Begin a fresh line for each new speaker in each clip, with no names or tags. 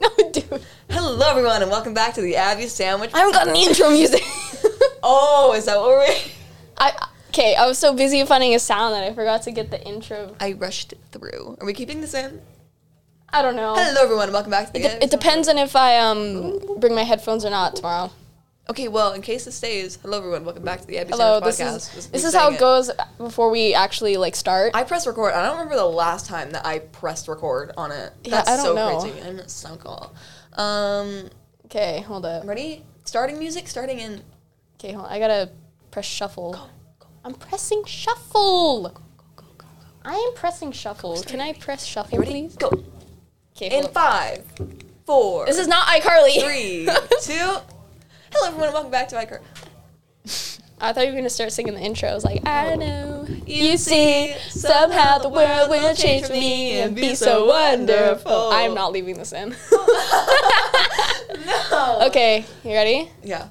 Dude,
Hello, everyone, and welcome back to the Abby Sandwich.
I haven't got any intro music.
Oh, is that what we're?
I okay. I was so busy finding a sound that I forgot to get the intro.
I rushed through. Are we keeping this in?
I don't know.
Hello, everyone, and welcome back to the.
It, de-
Abby
it depends on if I um bring my headphones or not tomorrow.
Sandwich- Okay, well, in case this stays, hello, everyone, welcome back to the Abby
Hello,
Sandwich
this
podcast.
is
me
this is how
saying
it goes before we actually like start.
I pressed record. I don't remember the last time that I pressed record on it.
Yeah,
That's
I don't
so
know.
crazy. I'm so cool. Um,
Okay, hold up.
ready? Starting music. Starting in.
Okay, hold. On. I gotta press shuffle. I'm pressing shuffle. I am pressing shuffle. Can I press shuffle,
Ready?
please?
Go.
Okay,
In
hold up.
five, four,
This is not iCarly.
three, two. Hello, everyone, and welcome back to iCar.
I thought you were gonna start singing the intro. I was like, I know.
You see,
Somehow the world will change for me and be so wonderful. I'm not leaving this in.
No.
okay, you ready?
Yeah.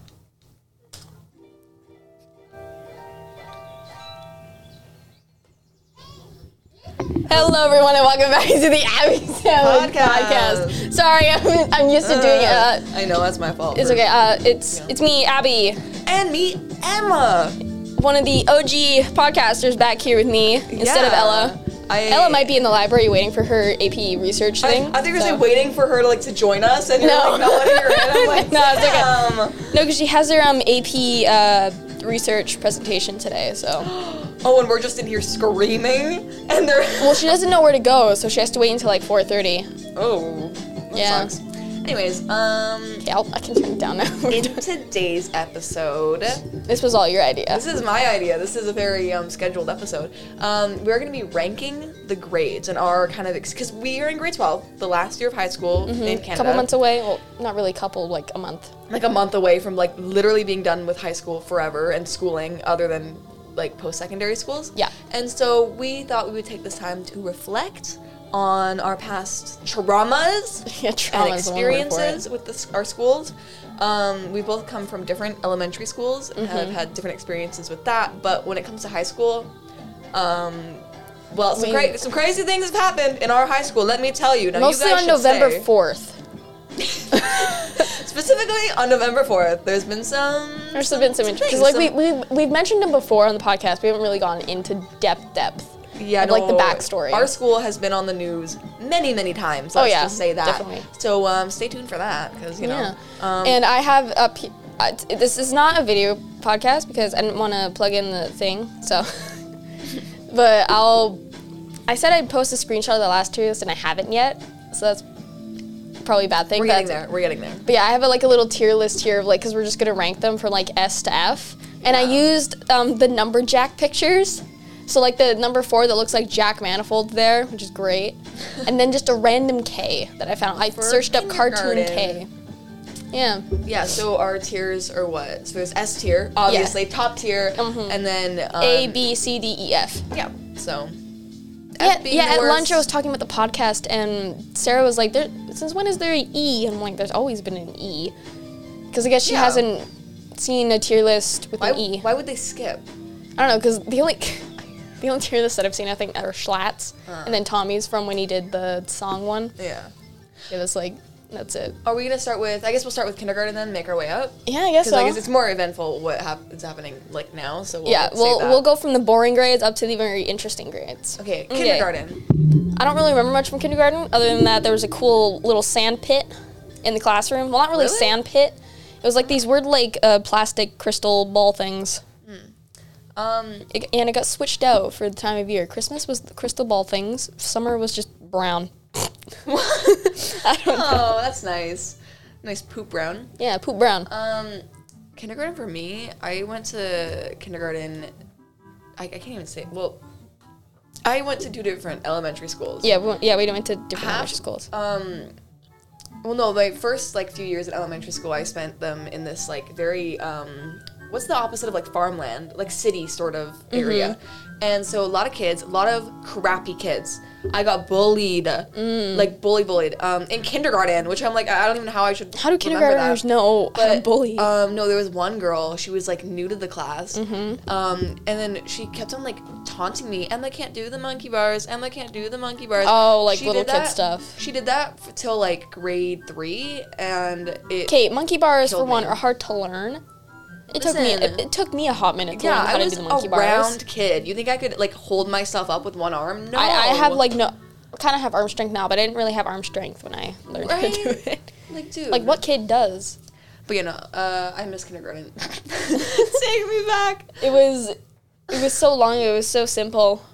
Hello, everyone, and welcome back to the Abby Sandwich
Podcast.
podcast. Sorry, I'm, I'm used to doing it. Uh,
I know that's my fault.
it's
for-
okay. Uh, it's it's me, Abby,
And me, Emma.
one of the OG podcasters back here with me instead of
Yeah.
Ella.
I,
Ella might be in the library waiting for her AP research
I,
thing.
I think
so-
we're waiting for her to like to join us, and you're
No.
like not letting her in. I'm like,
No, it's okay.
"Damn."
No, because she has her um, AP uh, research presentation today, so.
Oh, and we're just in here screaming, and they're
Well, she doesn't know where to go, so she has to wait until like 4.30.
oh, that
Yeah.
sucks. Anyways, um,
Okay, I'll, I can turn it down now. We're
in
done.
today's episode.
this was all your idea.
This is my idea. This is a very um, scheduled episode. Um, we're going to be ranking the grades and our kind of because we are in grade twelve, the last year of high school in Canada,
A Mm-hmm. couple months away. Well, not really a couple, like a month.
like a month away from like literally being done with high school forever and schooling, other than like post secondary schools.
Yeah.
And so we thought we would take this time to reflect on our past traumas
Yeah,
and
trauma's the one word for it.
experiences with the, s- our schools. Um, we both come from different elementary schools and
Mm-hmm.
have had different experiences with that. But when it comes to high school, um, well, some,
We-
cra- some crazy things have happened in our high school. Let me tell you. Now,
Mostly
you guys
on
should
November
stay.
4th.
Specifically on November fourth, there's been some.
There's been some interesting.
some things,
Because like
some-
we, we, we've mentioned them before on the podcast. We haven't really gone into depth depth.
yeah,
of, like the
no,
backstory.
Our school has been on the news many, many times.
Oh,
Let's
yeah,
just say that.
definitely.
So um, stay tuned for that because you know.
Yeah.
Um,
and I have a. P- uh, t- this is not a video podcast because I didn't want to plug in the thing. So, but I'll. I said I'd post a screenshot of the last two years and I haven't yet. So that's probably a bad thing.
we're
but
getting
that's-
there. We're getting there.
But yeah, I have a, like a little tier list here of like because we're just gonna rank them from like S to F. And I used um, the number jack pictures. So like the number four that looks like Jack Manifold there, which is great, and then just a random K that I found. I searched up cartoon K. Yeah.
Yeah, so our tiers are what? So there's S tier, obviously, top tier, and then um,
Mm-hmm. A B C D E F.
Yeah, so.
Yeah,
F being
yeah
the
at lunch
worst.
I was talking about the podcast and Sarah was like, "There, since when is there an E?" And I'm like, "There's always been an E," because I guess she
Yeah.
hasn't seen a tier list with
Why,
an E.
why would they skip?
I don't know, because the only the only tier list that I've seen, I think, are Schlatt's, and then Tommy's from when he did the song one.
Yeah.
It was like that's it.
Are we gonna start with? I guess we'll start with kindergarten then, make our way up.
Yeah, I guess
Because
so.
I guess it's more eventful what hap- is happening like now. So we'll
yeah,
save
we'll
that.
we'll go from the boring grades up to the very interesting grades.
Okay, kindergarten.
I don't really remember much from kindergarten, other than that there was a cool little sand pit in the classroom. Well, not really,
Really?
sand pit. It was like these weird like uh, plastic crystal ball things.
Um,
It, and it got switched out for the time of year. Christmas was the crystal ball things. Summer was just brown. I don't know.
oh, that's nice. Nice poop brown.
Yeah, poop brown.
Um, kindergarten for me, I went to kindergarten. I, I can't even say. Well, I went to two different elementary schools.
yeah, we went, yeah, we went to different
half-
elementary schools.
Um, well, no, my first like few years at elementary school, I spent them in this like very um, what's the opposite of like farmland, like city sort of
Mm-hmm.
area. And so a lot of kids, a lot of crappy kids. I got bullied,
Mm.
like bully bullied, um, in kindergarten, which I'm like, I I don't even know how I should.
How do
remember that.
kindergartners know I'm bullied?
Um, no, there was one girl. She was like new to the class.
Mm-hmm.
Um, and then she kept on like taunting me. Emma can't do the monkey bars. Emma can't do the monkey bars.
Oh, like
She
little
did
kid
that-
stuff.
She did that f- till like grade three, and it.
Okay, monkey bars for
Killed
one
me.
are hard to learn. It took me
Listen.
it, it took me a hot minute to
Yeah,
learn how
I
to
was
do the monkey
a
bars.
round kid. You think I could like hold myself up with one arm? No,
I, I have like no kind of have arm strength now, but I didn't really have arm strength when I learned
Right?
how to do it.
like dude,
Like what kid does?
But you know, uh, I miss kindergarten. Take me back.
It was it was so long, it was so simple.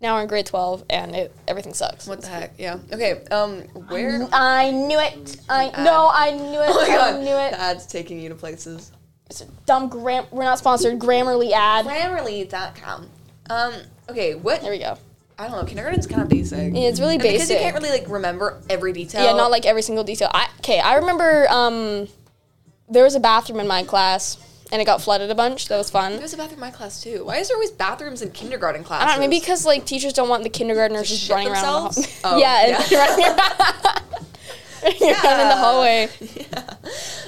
Now we're in grade 12 and it, everything sucks.
What the heck? Yeah. Okay. Um, where?
I knew it. I no, I knew it.
Uh, Oh my god.
I knew it.
The ad's taking you to places.
It's a dumb gram. We're not sponsored. Grammarly ad.
Grammarly.com. Um, okay, what
There we go.
I don't know, kindergarten's kinda basic.
Yeah, it's really
And Because
basic.
you can't really like remember every detail.
Yeah, not like every single detail. I okay, I remember um there was a bathroom in my class and it got flooded a bunch. That was fun.
there's a bathroom in my class too. Why is there always bathrooms in kindergarten classes?
I don't know, maybe because like teachers don't want the kindergartners
Just
just
shit
running around. The
themselves?
hall-
Oh,
yeah,
yeah.
and running around. Running around in the
Yeah.
hallway.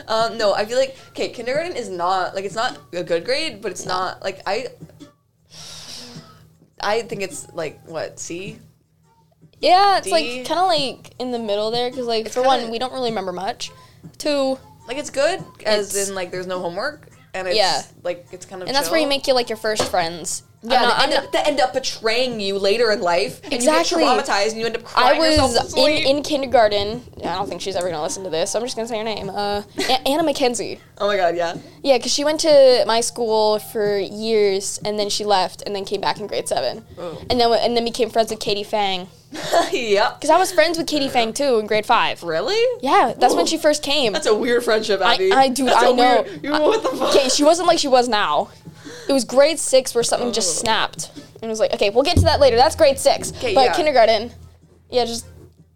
Um, no, I feel like okay, kindergarten is not like it's not a good grade, but it's not like I I think it's like what, C?
Yeah, it's
D.
like kind of like in the middle there because like
It's
for
kinda-
one, we don't really remember much. Two,
Like it's good as
It's-
in like there's no homework and it's
Yeah.
like it's kind of
and that's where you
chill.
make your like your first friends. I'm
Yeah,
not-
they,
I'm
end
not-
up, they end up betraying you later in life. and you get
Exactly.
traumatized and you end up crying
I
yourself
was
to
in,
sleep.
in kindergarten. I don't think she's ever gonna listen to this, so I'm just gonna say her name. Uh, A- Anna McKenzie.
oh my god, yeah.
Yeah, because she went to my school for years, and then she left, and then came back in grade seven,
Oh.
and then and then became friends with Katie Fang.
yep.
Because I was friends with Katie Fang too in grade five.
Really?
Yeah, that's when
Whoa.
she first came.
That's a weird friendship, Abby.
I- dude,
That's a
I know.
weird- you, what the fuck?
Okay, she wasn't like she was now. It was grade six where something
Oh.
just snapped, and it was like, okay, we'll get to that later. That's grade six,
'Kay,
but
yeah.
kindergarten, yeah, just.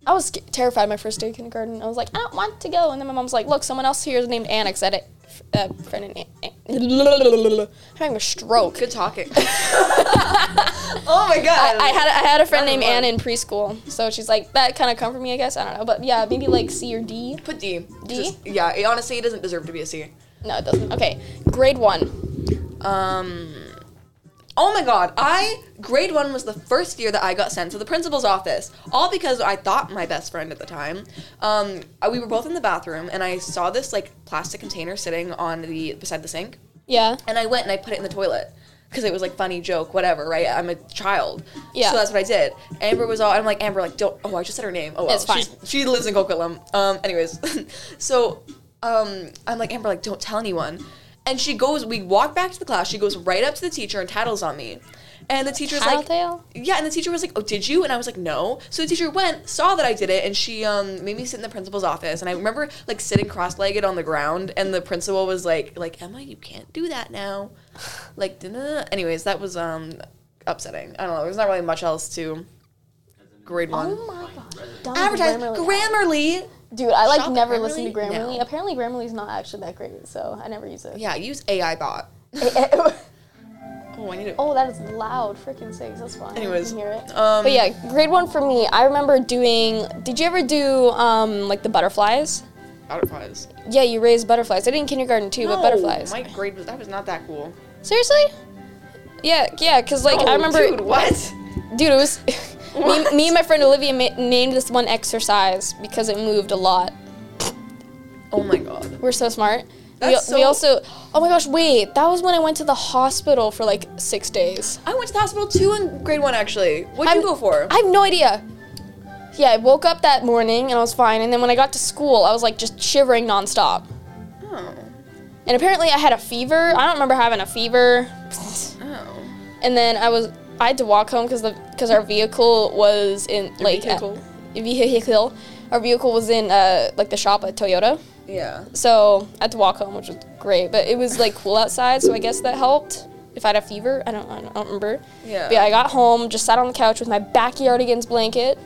I was sca- terrified my first day of kindergarten. I was like, I don't want to go. And then my mom's like, look, someone else here is named Anna. 'cause I had a f- uh, friend named Anna. I'm having a stroke.
Good talking. oh my
I,
god.
I had I had a friend
Not
named
a lot.
Anna in preschool, so she's like that kind of comforted me, I guess. I don't know, but yeah, maybe like C or D.
put D.
D?
Just- yeah, it, honestly, it doesn't deserve to be a C.
No, it doesn't. Okay, grade one.
Um. Oh my god, I grade one was the first year that I got sent to the principal's office. All because I thought my best friend at the time. Um, I- we were both in the bathroom and I saw this like plastic container sitting on the beside the sink.
Yeah.
And I went and I put it in the toilet because it was like funny joke, whatever, right? I'm a child.
Yeah.
So that's what I did. Amber was all, I'm like, Amber, like, don't, oh, I just said her name. Oh, well.
It's fine.
She's- she lives in Coquitlam. Um, anyways, so um, I'm like, Amber, like, don't tell anyone. And she goes, we walk back to the class. She goes right up to the teacher and tattles on me. And the teacher's like,
Tattletale?
yeah, and the teacher was like, "Oh, did you?" And I was like, "No." So the teacher went, saw that I did it, and she um, made me sit in the principal's office. And I remember like sitting cross-legged on the ground, and the principal was like, "Like Emma, you can't do that now." Like, da-da-da. anyways, that was um, upsetting. I don't know. There's not really much else to grade one.
Oh my god. Dumb
Advertise
Grammarly.
Oh, Grammarly.
Dude, I like
Shop at
never listen to
Grammarly?
Grammarly.
No.
Apparently, Grammarly's not actually that great, so I never use it.
Yeah, use AI bot. Oh, I need to.
oh, that is loud. Freaking sakes, that's fine.
Anyways,
you can hear it.
um,
but yeah, grade one for me. I remember doing. Did you ever do um like the butterflies?
Butterflies.
Yeah, you raised butterflies. I did in kindergarten too, but butterflies.
My grade was that was not that cool.
Seriously? Yeah, yeah. Cause like
Oh,
I remember,
Dude, what?
dude, it was me, me and my friend Olivia ma- named this one exercise because it moved a lot.
Oh my god.
We're so smart.
That's
we, we
so-
also, oh my gosh, wait, that was when I went to the hospital for like six days.
I went to the hospital too in grade one actually. What'd you
I'm-
go for?
I have no idea. Yeah, I woke up that morning and I was fine. And then when I got to school, I was like just shivering nonstop.
Oh.
And apparently I had a fever. I don't remember having a fever.
Oh.
And then I was, I had to walk home because the because our vehicle was in like a-
vehicle?
vehicle. Our vehicle was in uh, like the shop at Toyota.
Yeah.
So I had to walk home, which was great. But it was like cool outside, so I guess that helped. if I had a fever. I don't, I don't remember.
Yeah.
But yeah, I got home, just sat on the couch with my backyard against blanket,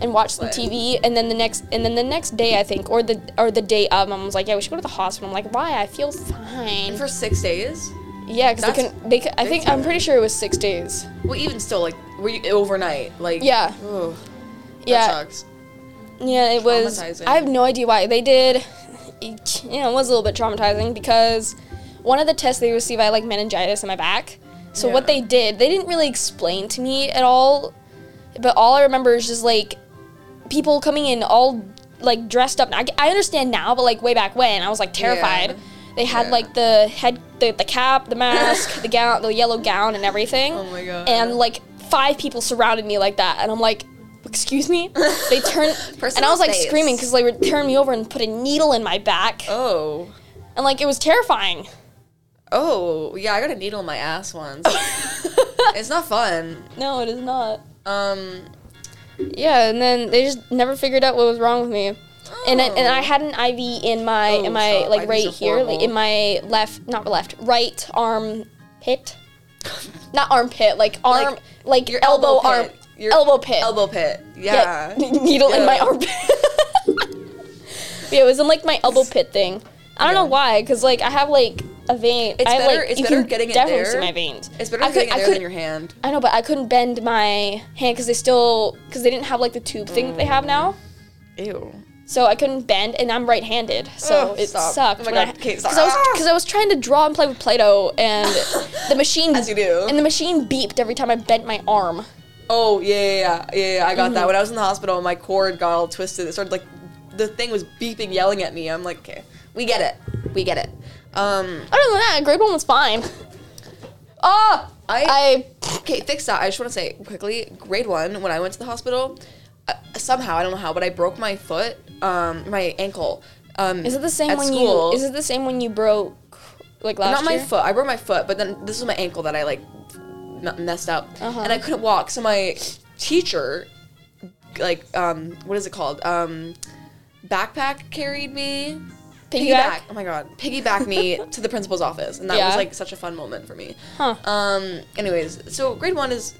and watched some
What?
TV. And then the next, and then the next day, I think, or the or the day of, mom was like, "Yeah, we should go to the hospital." I'm like, "Why? I feel fine."
And for six days?
yeah, because they
That's-
can. They, can- I
they
think
can-
I'm pretty sure it was six days.
Well, even still, like, were you overnight? Like,
Yeah.
Ooh, that
Yeah.
sucks.
Yeah, it was.
Traumatizing.
I have no idea why they did. It, you know, it was a little bit traumatizing because one of the tests they received, I had, like meningitis in my back. So what
Yeah.
they did, they didn't really explain to me at all. But all I remember is just like people coming in all like dressed up. I, I understand now, but like way back when, I was like terrified.
Yeah.
They had
Yeah.
like the head, the, the cap, the mask, the gown, the yellow gown, and everything.
Oh my God.
And like five people surrounded me like that, and I'm like, excuse me. They turned, and I
Personal
was like
space.
screaming because they would turn me over and put a needle in my back,
Oh.
and like it was terrifying.
Oh, yeah, I got a needle in my ass once. it's not fun.
No, it is not.
Um,
Yeah, and then they just never figured out what was wrong with me. And, I, and I
Oh.
had an IV in my
Oh,
in my
stop.
like
IVs
right
are
here, like
horrible.
in my left, not left, right arm pit, not armpit, like arm, like,
oh. your
elbow,
elbow
arm,
pit. Your
elbow pit,
elbow pit. Yeah.
needle in my
Yeah.
armpit. yeah, it was in like my elbow pit thing. I don't know
Yeah.
why, because like I have like a vein.
It's
I have,
better-
like,
it's
you
better
can
getting it
definitely see
there.
my veins.
It's better
I
getting
could-
it
I
there
could-
than your hand.
I know, but I couldn't bend my hand because they still because they didn't have like the tube thing that they have now.
Ew.
So I couldn't bend, and I'm right-handed, so
Ugh,
it
stop.
sucked.
Oh my
when I-
God, Kate, stop. Ah!
Because I, was because I was trying to draw and play with Play-Doh, and the machine
As you do.
and the machine beeped every time I bent my arm.
Oh yeah, yeah, yeah, yeah, yeah, I got that. When I was in the hospital, my cord got all twisted. It started like the thing was beeping, yelling at me. I'm like, okay, we get it, we get it.
Other
Um,
than that, grade one was fine.
ah, I,
I
okay, fix that. I just want to say quickly, grade one, when I went to the hospital, uh, somehow I don't know how, but I broke my foot, um, my ankle. Um,
Is it the same
at
when
school.
you? Is it the same when you broke like last
not my
year?
foot. I broke my foot, but then this was my ankle that I like m- messed up,
Uh-huh.
and I couldn't walk. So my teacher, like, um, what is it called? Um, backpack carried me.
Piggyback?
Oh my god, piggyback me to the principal's office, and that
Yeah.
was like such a fun moment for me.
Huh.
Um. Anyways, so grade one is,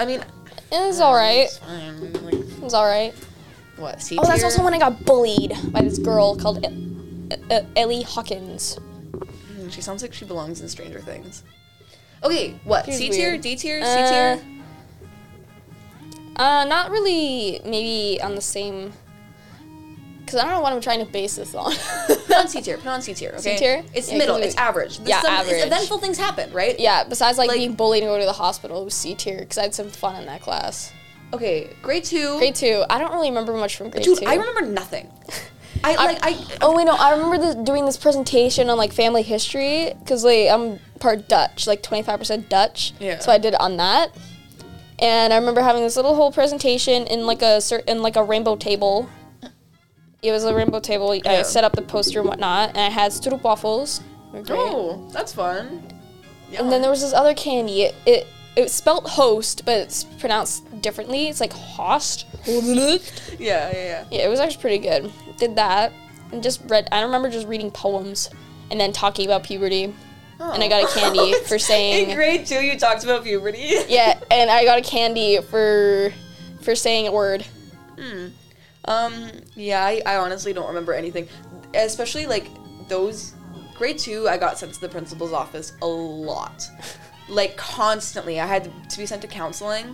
I mean,
It was all right.
It's fine. Like,
It was all right.
what? C
Oh, that's
tier?
also when I got bullied by this girl called E- E- E- Ellie Hawkins.
Mm, She sounds like she belongs in Stranger Things. Okay, what?
She's
C tier,
weird.
D tier, C
Uh,
tier.
Uh, not really. Maybe on the same. Cause I don't know what I'm trying to base this on.
Put on C tier. Put on C tier. Okay.
tier?
It's
Yeah, 'cause
middle.
we-
It's average. There's
Yeah,
some- it's
average.
Eventful things happen, right?
yeah. Besides like,
Like-
being bullied and going to the hospital, it was C tier. Cause I had some fun in that class.
Okay. Grade two.
Grade two. I don't really remember much from grade
Dude,
two.
I remember nothing. I like I.
Oh wait, no. I remember this, doing this presentation on like family history because like I'm part Dutch, like 25% Dutch.
Yeah.
So I did it on that, and I remember having this little whole presentation in like a cer- in like a rainbow table. It was a rainbow table. I
Yeah.
set up the poster and whatnot, and I had stroopwafels. They're great.
Oh, that's fun. Yeah.
And then there was this other candy. It, it it's spelt host, but it's pronounced differently. It's like host.
yeah, yeah, yeah.
Yeah, it was actually pretty good. Did that and just read. I remember just reading poems and then talking about puberty. And I got a candy
Oh.
for saying
In grade two, you talked about puberty.
yeah, and I got a candy for for saying a word.
Um. Yeah, I, I honestly don't remember anything, especially like those. Grade two, I got sent to the principal's office a lot, like constantly. I had to be sent to counseling,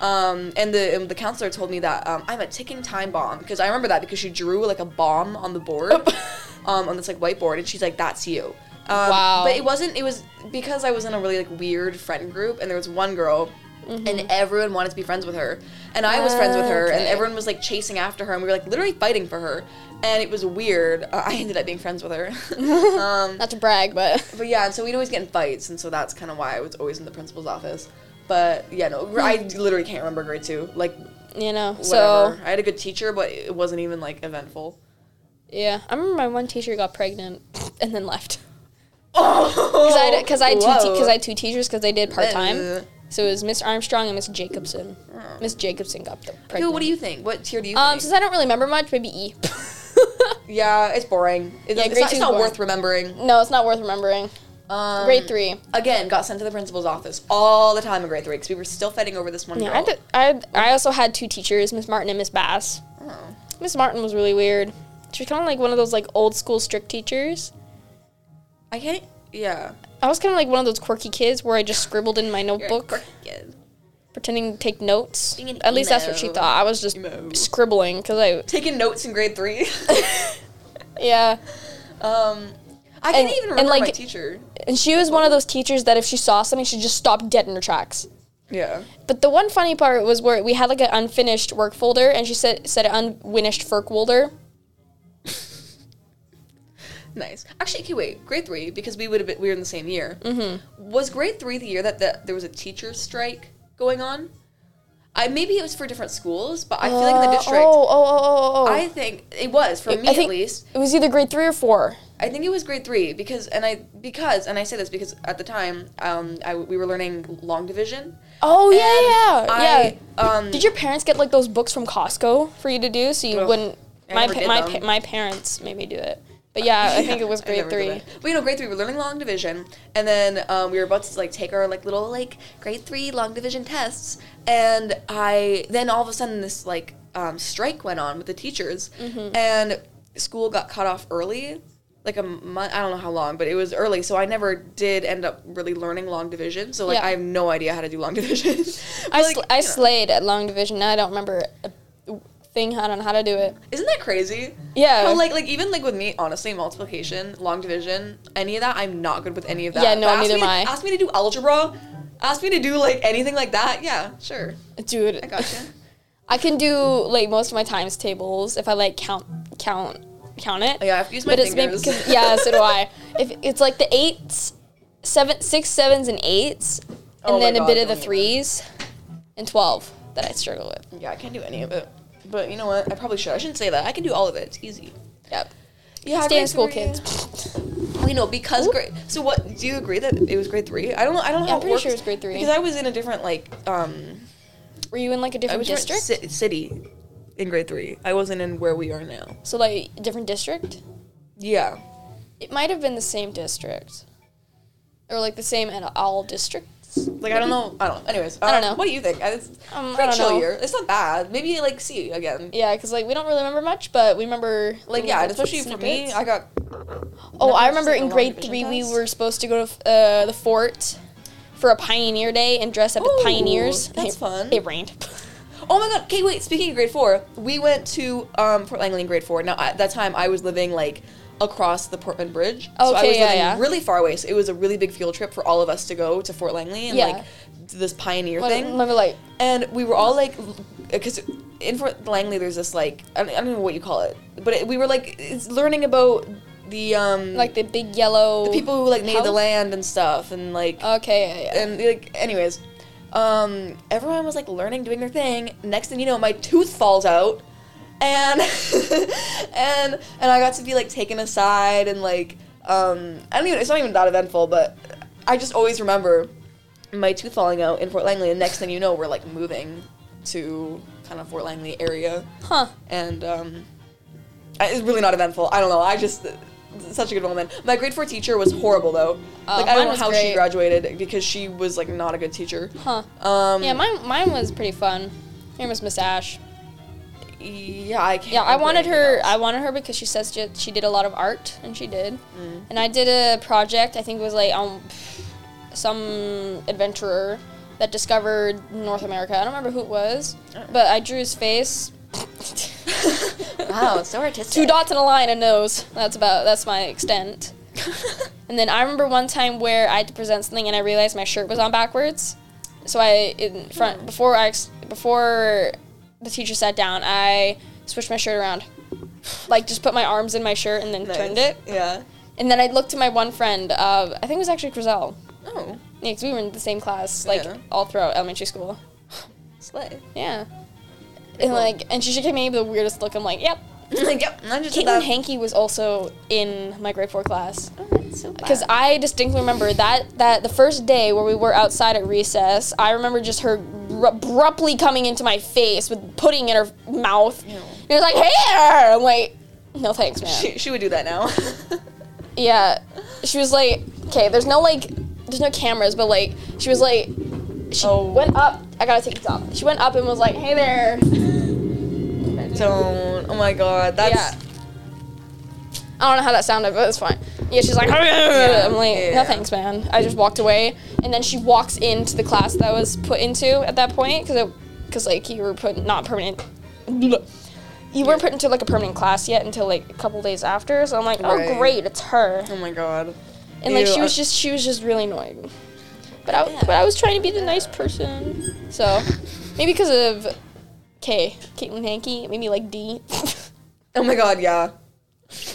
um, and the and the counselor told me that um, I'm a ticking time bomb because I remember that because she drew like a bomb on the board, um, on this like whiteboard, and she's like, "That's you." Um,
Wow.
But it wasn't. It was because I was in a really like weird friend group, and there was one girl. And everyone wanted to be friends with her, and I was friends with her,
Okay.
and everyone everyone was like chasing after her, and we were like literally fighting for her, and it was weird. Uh, I ended up being friends with her, um,
Not to brag, but
but yeah, and so we'd always get in fights, and so that's kind of why I was always in the principal's office. But yeah, no, gr- I literally can't remember grade two, like
you know.
whatever.
Hmm. So
I had a good teacher, but it wasn't even like eventful.
yeah, I remember my one teacher got pregnant and then left
Oh,
because I had- 'cause I had two
whoa.
because I had two teachers because they did part
Uh.
time. So it was Miss Armstrong and Miss Jacobson. Miss Jacobson got the pregnant.
Dude, what do you think? What tier do you
Um,
think?
since I don't really remember much, maybe E.
yeah, it's boring. It,
Yeah,
it's
grade
not,
two's
it's not
boring.
worth remembering.
no, it's not worth remembering.
Um,
Grade three.
Again, got sent to the principal's office all the time in grade three because we were still fighting over this one
Yeah, I,
girl.
did, I, I also had two teachers, Miss Martin and Miss Bass.
Oh.
Miss Martin was really weird. She was kind of like one of those like old school strict teachers.
I can't. Yeah.
I was kind of like one of those quirky kids where I just scribbled in my
You're a
notebook,
quirky kid.
pretending to take notes.
Being an
At least that's what she
emo.
thought. I was just
Emo.
scribbling because I,
Taking notes in grade three.
yeah.
um, I can't
And-
even
and,
remember my
like-
teacher.
And she was one of those teachers that if she saw something, she just stopped dead in her tracks.
Yeah.
But the one funny part was where we had like an unfinished work folder, and she said said unfinished work folder.
Nice. Actually, okay, wait. Grade three because we would have been, we were in the same year. Mm-hmm. Was grade three the year that the, there was a teacher strike going on? I maybe it was for different schools, but I feel like in the
Uh,
district,
Oh, oh, oh, oh, oh.
I think it was for me
I think
at least.
It was either grade three or four.
I think it was grade three because and I because and I say this because at the time um I, we were learning long division.
Oh yeah,
And
yeah,
I,
yeah.
Um,
Did your parents get like those books from Costco for you to do so you
Ugh,
wouldn't?
I
My
never
pa-
did
my
them.
pa- my parents made me do it, but yeah, I think it was grade
never did
three.
that. But you know, grade three, we're learning long division, and then um, we were about to like take our like little like grade three long division tests, and I then all of a sudden this like um, strike went on with the teachers,
Mm-hmm.
and school got cut off early, like a month. I don't know how long, but it was early, so I never did end up really learning long division. So like
Yeah.
I have no idea how to do long division.
I,
But, like,
sl- I
you know.
slayed at long division. Now I don't remember a thing I don't know how to do it.
Isn't that crazy?
Yeah.
How, Oh, like like even like with me, honestly, multiplication, long division, any of that, I'm not good with any of that.
Yeah, no,
But ask
neither
me to-
am I.
Ask me to do algebra. Ask me to do like anything like that. Yeah, sure.
Dude,
I gotcha.
I can do like most of my times tables if I like count count count it.
Oh, yeah, I have to use my
But it's maybe
fingers.
because yeah, so do I. If it's like the eights, seven, six sevens and eights, and
Oh my
then a
God,
bit of the
don't even.
threes, and twelve that I struggle with.
yeah, I can't do any of it. But you know what? I probably should. I shouldn't say that. I can do all of it. It's easy.
Yep.
Yeah,
Stay in
grade
school,
three.
kids.
Well, you know, because grade. So what? Do you agree that it was grade three? I don't know. I don't know.
Yeah,
how
I'm pretty
works
sure it was grade three.
Because I was in a different like um
Were you in like a
I
different
was in a
district?
ci- city in grade three. I wasn't in where we are now.
so like different district?
Yeah.
It might have been the same district, or like the same in all districts.
Like I don't know, I don't know. Anyways,
don't
um,
know.
What do you think? I- It's
Um, I
pretty
don't
chill
know.
year. It's not bad. Maybe like see you again.
Yeah, because like we don't really remember much, but we remember
Like
little
yeah, and
bits of
especially for me,
snippets.
I got
Oh,
Remember
I
just,
remember
like,
in
the long
grade
division
three we
test?
were supposed to go to uh, the fort for a pioneer day and dress up as
Ooh,
pioneers.
that's
it,
fun.
It rained.
Oh my god. Okay, wait. Speaking of grade four, we went to um, Port Langley in grade four. Now at that time, I was living like across the Portman Bridge, so I
Okay,
was
yeah,
living
yeah.
really far away. So it was a really big field trip for all of us to go to Fort Langley and
Yeah.
like this pioneer
What-
thing.
remember, like
and we were all like because in Fort Langley there's this like I don't, I don't know what you call it but it, we were like it's learning about the um
like the big yellow
the people who like made the
house?
land and stuff and like
Oh. Okay, yeah, yeah.
and like anyways um everyone was like learning doing their thing next thing you know my tooth falls out and and and i got to be like taken aside and like um i don't even it's not even that eventful but i just always remember my tooth falling out in fort langley and next thing you know we're like moving to kind of fort langley area
huh?
and um, I- it's really not eventful. I don't know. I just it's such a good moment. My grade four teacher was horrible though.
Oh,
like
mine
I don't know
was
how she
great.
graduated because she was like not a good teacher.
Huh?
Um,
yeah, mine mine was pretty fun. Here was Miss Ash.
yeah, I can't.
Yeah, I
remember
wanted
anything
her.
else.
I wanted her because she says she, she did a lot of art, and she did. And I did a project. I think it was like um, some adventurer that discovered North America. I don't remember who it was, but I drew his face.
wow, so artistic.
Two dots and a line, a nose. That's about. That's my extent. And then I remember one time where I had to present something and I realized my shirt was on backwards. So I in front before I ex- before the teacher sat down, I switched my shirt around. Like just put my arms in my shirt and then
Nice.
turned it.
Yeah.
And then I looked to my one friend. Uh, I think it was actually Grizel.
Oh,
Yeah, 'cause we were in the same class like
Yeah.
all throughout elementary school.
slay.
Yeah. And
cool.
like and she should give me the weirdest look. I'm like, yep.
like yep. and I just
Caitlin
did that.
Hankey was also in my grade four class.
Oh, that's so
Because
bad.
I distinctly remember that that the first day where we were outside at recess, I remember just her r- abruptly coming into my face with pudding in her mouth.
Ew.
And it was like, "Hey!" I'm like, "No thanks, man."
she, she would do that now.
yeah, she was like, okay, there's no like, there's no cameras, but like, she was like, she
Oh.
went up. I gotta take this off. She went up and was like, "Hey there."
Don't. Oh my god. That's.
yeah. I don't know how that sounded, but it's fine. Yeah, she's like, I'm like,
yeah.
no thanks, man. I just walked away, and then she walks into the class that I was put into at that point, because because like you were put not permanent. You weren't put into like a permanent class yet until like a couple days after, so I'm like, oh
Right.
great, it's her,
Oh my god.
and like
Ew,
she was
I-
just she was just really annoyed, but I but I was trying to be the nice person, so maybe because of K Caitlin Hankey, maybe like D.
Oh my god. Yeah.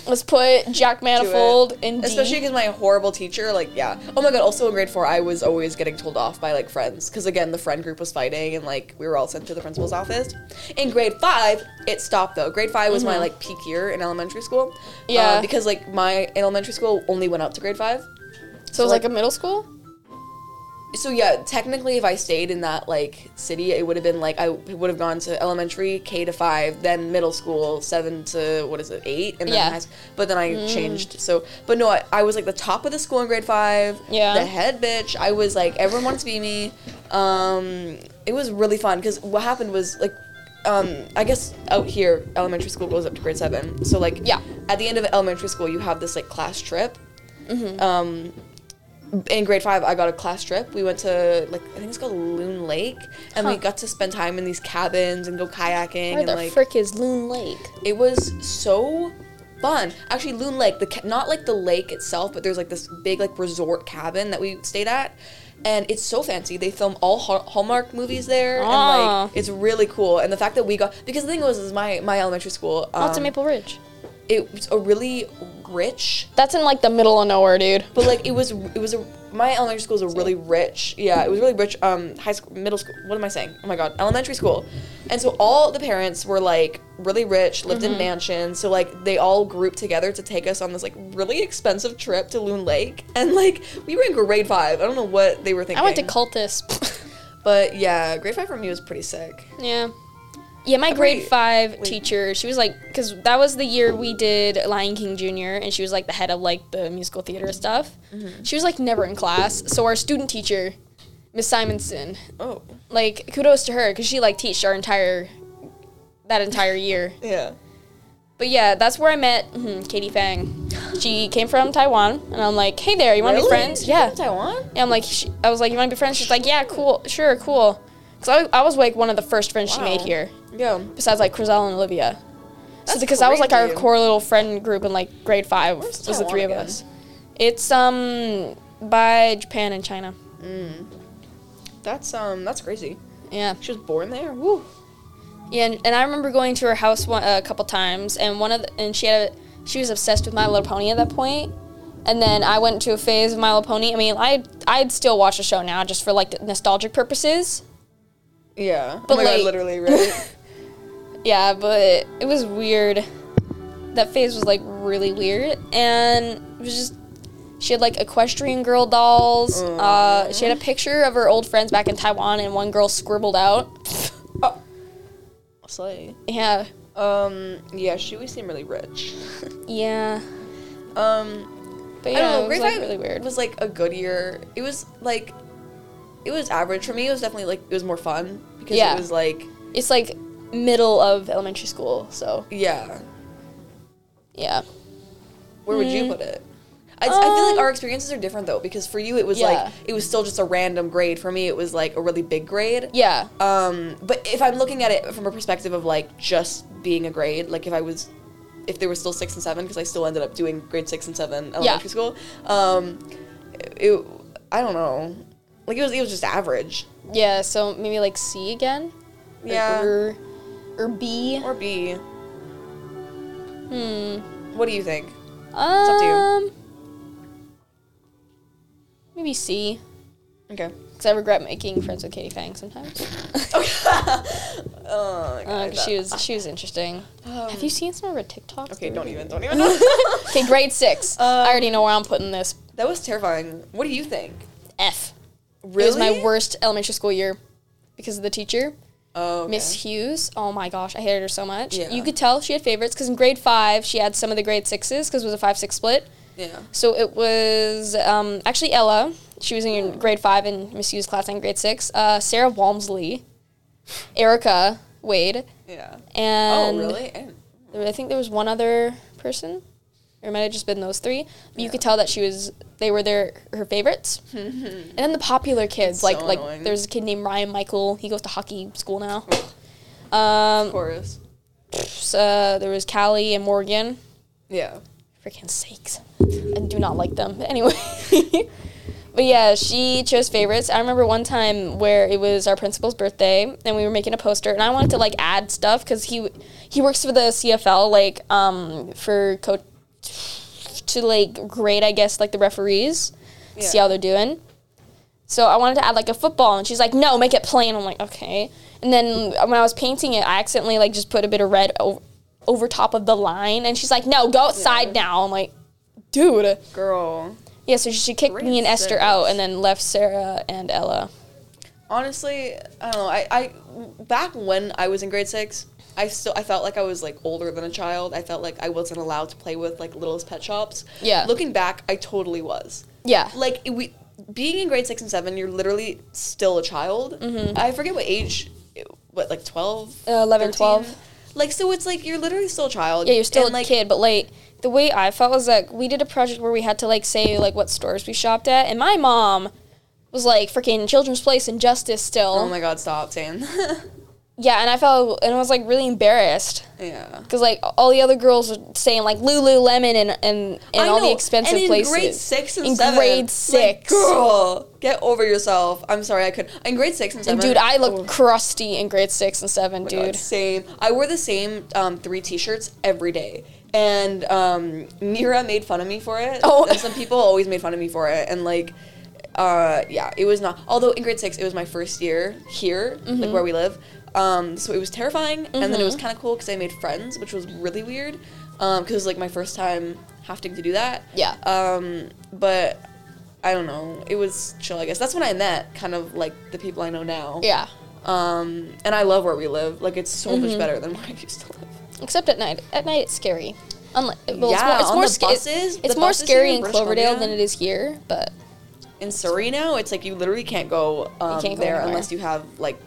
Let's put Jack Manifold in D.
Especially because my horrible teacher, like, yeah. Oh my god, also in grade four, I was always getting told off by, like, friends. Because, again, the friend group was fighting and, like, we were all sent to the principal's office. In grade five, it stopped, though. Grade five was my, like, peak year in elementary school. Um,
Mm-hmm. Yeah.
because, like, my elementary school only went up to grade five.
so it was like
like-
a middle school.
So, yeah, technically, if I stayed in that, like, city, it would have been, like, I would have gone to elementary, K to five, then middle school, seven to, what is it, eight? And then
Yeah. Mm.
high school. But then I changed. So, but no, I, I was, like, the top of the school in grade five.
Yeah.
The head bitch. I was like, everyone wants to be me. Um, it was really fun because what happened was like, um, I guess out here elementary school goes up to grade seven. So like,
Yeah.
at the end of elementary school, you have this like class trip.
Mm-hmm.
Um, in grade five, I got a class trip. We went to like I think it's called Loon Lake, and
Huh.
we got to spend time in these cabins and go kayaking
Where
and
the
like
frick is Loon Lake?
it was so fun. Actually, Loon Lake, the ca- not like the lake itself, but there's like this big like resort cabin that we stayed at, and it's so fancy. They film all Hall- Hallmark movies there,
Ah.
and like it's really cool. And the fact that we got because the thing was is my my elementary school, um,
That's in Maple Ridge.
it was a really rich
That's in like the middle of nowhere, dude.
but like it was, it was a my elementary school was a really rich. Yeah, it was really rich. Um, high school, middle school. What am I saying? Oh my god, elementary school. And so all the parents were like really rich, lived
Mm-hmm.
in mansions. So like they all grouped together to take us on this like really expensive trip to Loon Lake. And like we were in grade five. I don't know what they were thinking.
I went to Cultus.
but yeah, grade five for me was pretty sick.
yeah. Yeah, my grade
Wait,
five teacher, she was like, because that was the year we did Lion King Jr., and she was like the head of like the musical theater stuff.
Mm-hmm.
She was like never in class. So our student teacher, Miss Simonson,
Oh
like kudos to her because she like teached our entire, that entire year.
yeah.
But yeah, that's where I met mhm, Katie Fang. She came from Taiwan, and I'm like, hey there, you want to be friends?
Yeah.
Yeah.
Taiwan.
And I'm like, she, I was like, you want to be friends? She's like, yeah, cool, sure, cool. Because I, was- I was like one of the first friends she made
Wow.
here,
Yeah.
besides like Crizelle and Olivia.
That's
so because I was like our
crazy.
core little friend group in like grade five
Where's
was the
Taiwan
three
again?
of us. It's um by Japan and China.
That's um. That's crazy.
Yeah.
She was born there. Woo.
Yeah, and, and I remember going to her house one, a couple times, and one of the, and she had a, she was obsessed with My Little Pony at that point, and then I went into a phase of My Little Pony. I mean, I I'd still watch the show now just for like nostalgic purposes.
Yeah.
But,
oh my
like-
god, literally right.
Yeah, but it was weird. That phase was like really weird, and it was just she had like equestrian girl dolls. Uh, she had a picture of her old friends back in Taiwan, and one girl scribbled out.
Oh. Slay.
yeah,
Um, yeah, she always seemed really rich.
yeah,
um,
but
I don't
yeah,
know.
it was
grade
like
five
really weird.
was like a good year. It was like, it was average for me. It was definitely like it was more fun because
Yeah.
it was like
it's like middle of elementary school, so
yeah.
yeah.
Where would you put it? I, I feel like
Mm-hmm. Um,
our experiences are different though because for you it was
Yeah.
like it was still just a random grade. For me it was like a really big grade.
Yeah.
Um, but if I'm looking at it from a perspective of like just being a grade, like if I was, if there was still six and seven, because I still ended up doing grade six and seven elementary school. Um, it, I don't know, like it was it was just average.
Yeah, so maybe like C again? Or- Or, or B.
Or B.
Hmm.
What do you think?
Um,
up to you.
Maybe C.
Okay.
Because I regret making friends with Katie Fang sometimes.
Oh my
Uh,
God, Um,
'cause she was she was interesting. Have you seen some of her TikToks?
Okay,
dude?
Um, don't even, don't even.
Okay, grade six. I already know where I'm putting this.
that was terrifying. What do you think?
F.
Really?
It was my worst elementary school year because of the teacher.
Oh, okay.
Miss Hughes. Oh my gosh, I hated her so much.
Yeah.
You could tell she had favorites because in grade five she had some of the grade sixes because it was a five six split.
Yeah.
So it was um, actually Ella. She was
Oh.
in grade five in Miss U's class and grade six. Uh, Sarah Walmsley, Erica Wade,
Yeah.
and
oh, really? And
I think there was one other person. Or it might have just been those three. But you could tell that she was they were their her favorites. and then the popular kids,
That's
like
so
like
annoying.
there's a kid named Ryan Michael. He goes to hockey school now. Um,
of course.
Pfft, uh, there was Callie and Morgan.
Yeah.
Freaking sakes. I do not like them. But anyway. but yeah, she chose favorites. I remember one time where it was our principal's birthday and we were making a poster and I wanted to like add stuff cuz he he works for the CFL like um for coach to like grade I guess like the referees, see
Yeah.
how they're doing. So I wanted to add like a football, and she's like, "No, make it plain." I'm like, "Okay." And then when I was painting it, I accidentally like just put a bit of red over, over top of the line, and she's like, "No, go outside now." I'm like, "Dude."
Girl.
Yeah, so she kicked me and
Grade
Esther
six.
out, and then left Sarah and Ella.
Honestly, I don't know. I, I back when I was in grade six, I still I felt like I was like older than a child. I felt like I wasn't allowed to play with like Little's pet shops.
Yeah.
Looking back, I totally was.
Yeah,
Like it- we being in grade six and seven, you're literally still a child. I forget what age, what like 12?
Mm-hmm. Uh, 11, 12.
Like so, it's like you're literally still a child.
yeah, you're still
and,
a
like,
kid, but like the way I felt was like we did a project where we had to like say like what stores we shopped at, and my mom was like freaking Children's Place and Justice still.
Oh my god, stop, Sam.
yeah, and I felt and I was like really embarrassed.
yeah.
Because like all the other girls were saying like Lululemon and and, and
I
all
know,
the expensive
and in
places.
grade six and
in
seven.
grade
like,
six,
girl, get over yourself. I'm sorry, I could. In grade six and seven,
dude, I looked
oh
crusty in grade six and seven,
my God,
dude.
same. I wore the same um, three T-shirts every day, and um, Mira made fun of me for it.
Oh.
and some people always made fun of me for it, and like. Uh, yeah, it was not. Although in grade six, it was my first year here,
Mm-hmm.
like where we live. Um, so it was terrifying, and then it was kind of cool because I made friends, which was really weird, because it was like my first time having to do that.
Yeah.
Um, but I don't know. It was chill, I guess. That's when I met kind of like the people I know now.
yeah,
Um, and I love where we live. Like it's so
Mm-hmm.
much better than where I used to live.
except at night. At night, it's scary. Unlike, well,
Yeah,
it's
on
more,
the
it's more sca-
buses-
it's
the
more
buses
scary
here in
in
British
Cloverdale
Columbia.
than it is here, but
In Surrey now, it's like you literally can't go, um,
can't go
there
anywhere.
unless you have like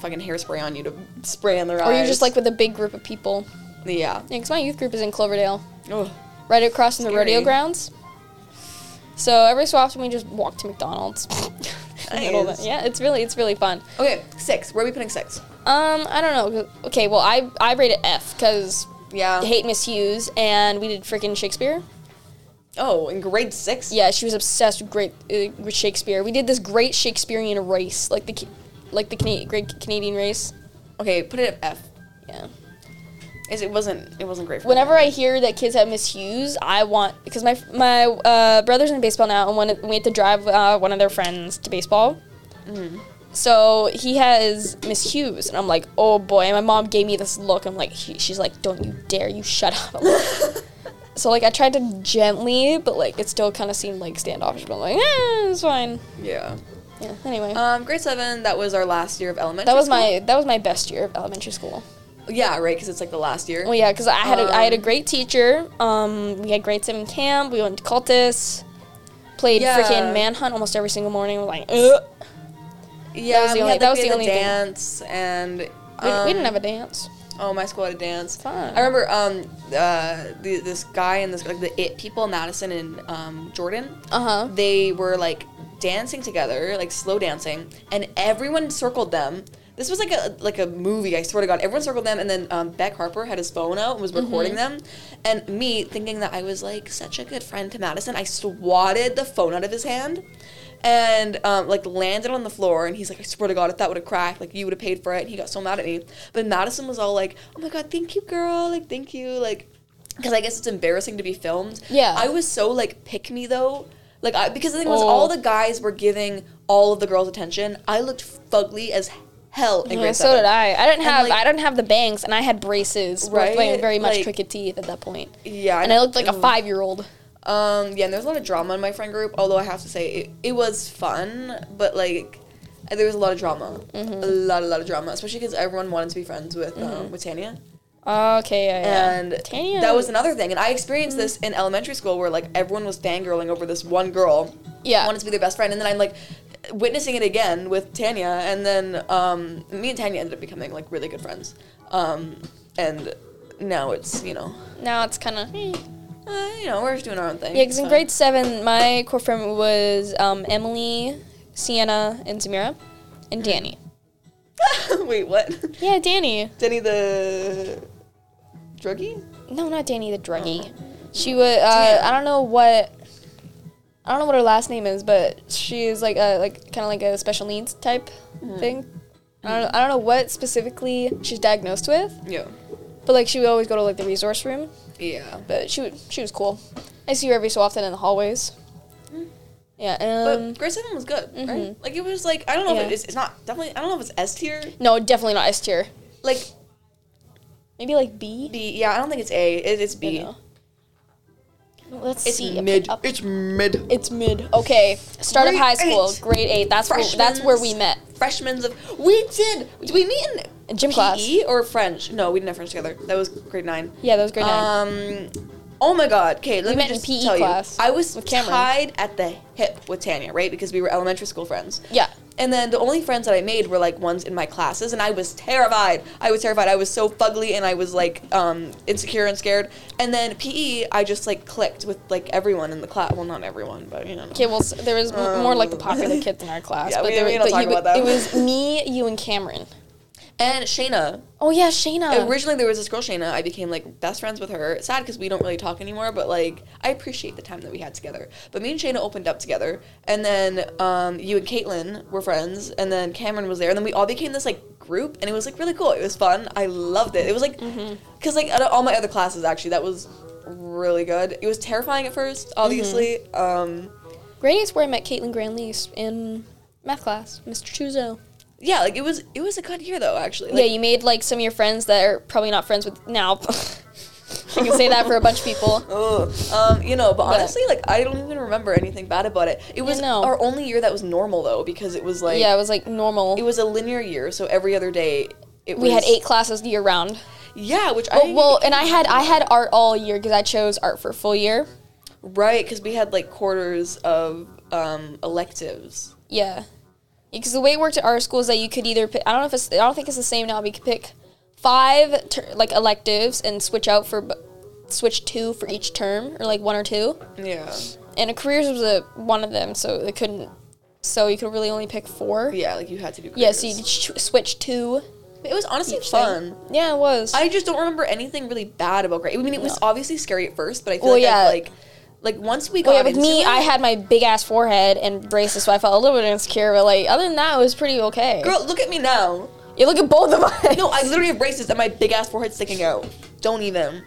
fucking hairspray on you to spray on their
or
eyes.
you're just like with a big group of people.
yeah.
Yeah, 'cause my youth group is in Cloverdale,
Ugh.
right across from the rodeo
Scary.
grounds. So every so often we just walk to McDonald's. In the middle of it.
Nice.
Yeah, it's really it's really fun.
Okay, six. Where are we putting six?
Um, I don't know. Okay, well, I I rated F because
Yeah.
hate Miss Hughes, and we did freaking Shakespeare.
Oh, in grade six.
Yeah, she was obsessed with great uh, with Shakespeare. We did this great Shakespearean race, like the Ca- like the Cana- great Canadian race.
Okay, put it at F.
Yeah.
Is it wasn't it wasn't great. For
Whenever I hear that kids have Miss Hughes, I want because my my uh, brother's in baseball now, and one of- we had to drive uh, one of their friends to baseball. So he has Miss Hughes, and I'm like, oh boy. And my mom gave me this look. I'm like, she, she's like, don't you dare, you shut up. I'm like- so like, I tried to gently, but like, it still kind of seemed like standoffish. But I'm like, eh, it's fine.
me. Yeah.
Yeah. Anyway,
Um, grade seven. That was our last year of elementary.
that was
school.
my that was my best year of elementary school.
Yeah, right. Because it's like the last year.
Well, yeah, because I had a, I had a great teacher. Um, we had grade seven camp. We went to cultists. Played
Yeah.
freaking manhunt almost every single morning. We're like, Ugh.
Yeah,
was the
we
only-
had
that
the-
was
we
the
had
only
the
thing.
dance and
we,
um,
we didn't have a dance.
oh my school had a dance.
Fun.
I remember um uh the, this guy and this like the it people Madison and um Jordan.
Uh-huh.
They were like dancing together, like slow dancing, and everyone circled them. This was like a like a movie. I swear to God, everyone circled them, and then um, Beck Harper had his phone out and was recording them. And me thinking that I was like such a good friend to Madison, I swatted the phone out of his hand, and um, like landed on the floor. And he's like, I swear to God, if that would have cracked, like you would have paid for it. And he got so mad at me. But Madison was all like, Oh my God, thank you, girl. Like thank you. Like because I guess it's embarrassing to be filmed.
Yeah.
I was so like pick me though. Like I, because the thing was
Oh.
all the guys were giving all of the girls attention. I looked fugly as hell in
Yeah,
grade
so
seven.
did I. I didn't
And,
have
like-
I didn't have the bangs, and I had braces. Right,
Right?
very much
Like-
crooked teeth at that point.
Yeah,
and I looked like a
ugh.
five year old.
Um, yeah, and there was a lot of drama in my friend group. Although I have to say, it, it was fun, but like
Mm-hmm.
there was a lot of drama, a lot, a lot of drama, especially because everyone wanted to be friends with um, with Tanya,
Okay, yeah, Mm-hmm. yeah. Mm-hmm.
And
Damn.
that was another thing. And I experienced this in elementary school where like everyone was fangirling over this one girl.
Yeah.
Wanted to be their best friend. And then I'm like witnessing it again with Tanya. And then um, me and Tanya ended up becoming like really good friends. Um, and now it's, you know,
now it's kind of yeah.
uh, you know, we're just doing our own thing.
Because
It's
in
fine.
grade seven, my core friend was um, Emily, Sienna, and Zamira,
Hmm.
and Danny.
Wait, what?
Yeah, Danny.
Denny the druggie?
No, not Danny the druggie.
Oh.
She was. Uh, I don't know what. I don't know what her last name is, but she is like a like kind of like a special needs type
Mm-hmm.
thing. I don't, I don't know what specifically she's diagnosed with,
Yeah.
but like she would always go to like the resource room.
Yeah.
But she would, she was cool. I see her every so often in the hallways.
Mm-hmm.
Yeah.
But
Um, mm-hmm.
grade seven was good, right? Like it was like I don't know if
Yeah.
it is, it's not definitely I don't know if it's S tier.
no, definitely not S tier.
Like
Maybe like B.
B, yeah, I don't think it's A. It, it's B.
No. Let's
It's
see. up-
mid.
up-
It's mid.
It's mid. Okay, start of
Grade
high school,
eight.
grade eight. That's where, that's where we
Freshmen's-
met.
Freshmen's of we did. Did we meet in
In gym class.
PE or French? No, we didn't have French together. That was grade nine.
Yeah, that was grade nine.
Um. Oh my God. Okay, let
We
me
met in
just
PE
tell
class
you. I was
with Cameron.
tied at the hip with Tanya, right? Because we were elementary school friends.
Yeah.
And then the only friends that I made were like ones in my classes, and I was terrified. I was terrified. I was so fugly, and I was like um, insecure and scared. And then PE, I just like clicked with like everyone in the class. Well, not everyone, but you know.
Okay, well, s- there was m- more like the popular kids in our class,
Um. Yeah,
but,
we-
there,
we
were-
don't
but
talk
you-
about that.
it was me, you, and Cameron.
And Shayna,
Oh yeah, Shayna.
originally there was this girl Shayna. I became like best friends with her. Sad because we don't really talk anymore, but like I appreciate the time that we had together. But me and Shayna opened up together, and then um, you and Caitlin were friends, and then Cameron was there, and then we all became this like group, and it was like really cool. It was fun. I loved it. It was like because like out of all my other classes actually that was really good. It was terrifying at first, obviously. Um,
grade eight's where I met Caitlin Grandlease in math class, Mr. Chuzo.
yeah, like it was it was a good year though actually.
yeah,
Like,
you made like some of your friends that are probably not friends with now. you can say that for a bunch of people.
Ugh. Um, you know, but
But-
honestly, like I don't even remember anything bad about it. It was
no.
our only year that was normal though, because it was like
yeah, it was like normal.
it was a linear year, so every other day it was
we had eight classes year round.
Yeah, which I
Oh, well, and I had I had art all year because I chose art for full year.
right because we had like quarters of um electives.
Yeah, because the way it worked at our school is that you could either pick, I don't know if it's I don't think it's the same now. But you could pick five ter- like electives and switch out for b- switch two for each term or like one or two.
Yeah.
And a careers was a one of them, so it couldn't. So you could really only pick four.
Yeah, like you had to do.
Yeah, so you
quarters.
could ch- switch two.
it was honestly
each
fun.
thing. Yeah, it was.
I just don't remember anything really bad about grade. I mean, it was
No.
obviously scary at first, but I feel
Well,
like I've,
yeah.
like like once we got
Well, yeah, with
into
me,
it-
I had my big ass forehead and braces, so I felt a little bit insecure. But like, other than that, it was pretty okay.
girl. Look at me now.
you look at both of us.
No, I literally have braces and my big ass forehead sticking out. Don't even.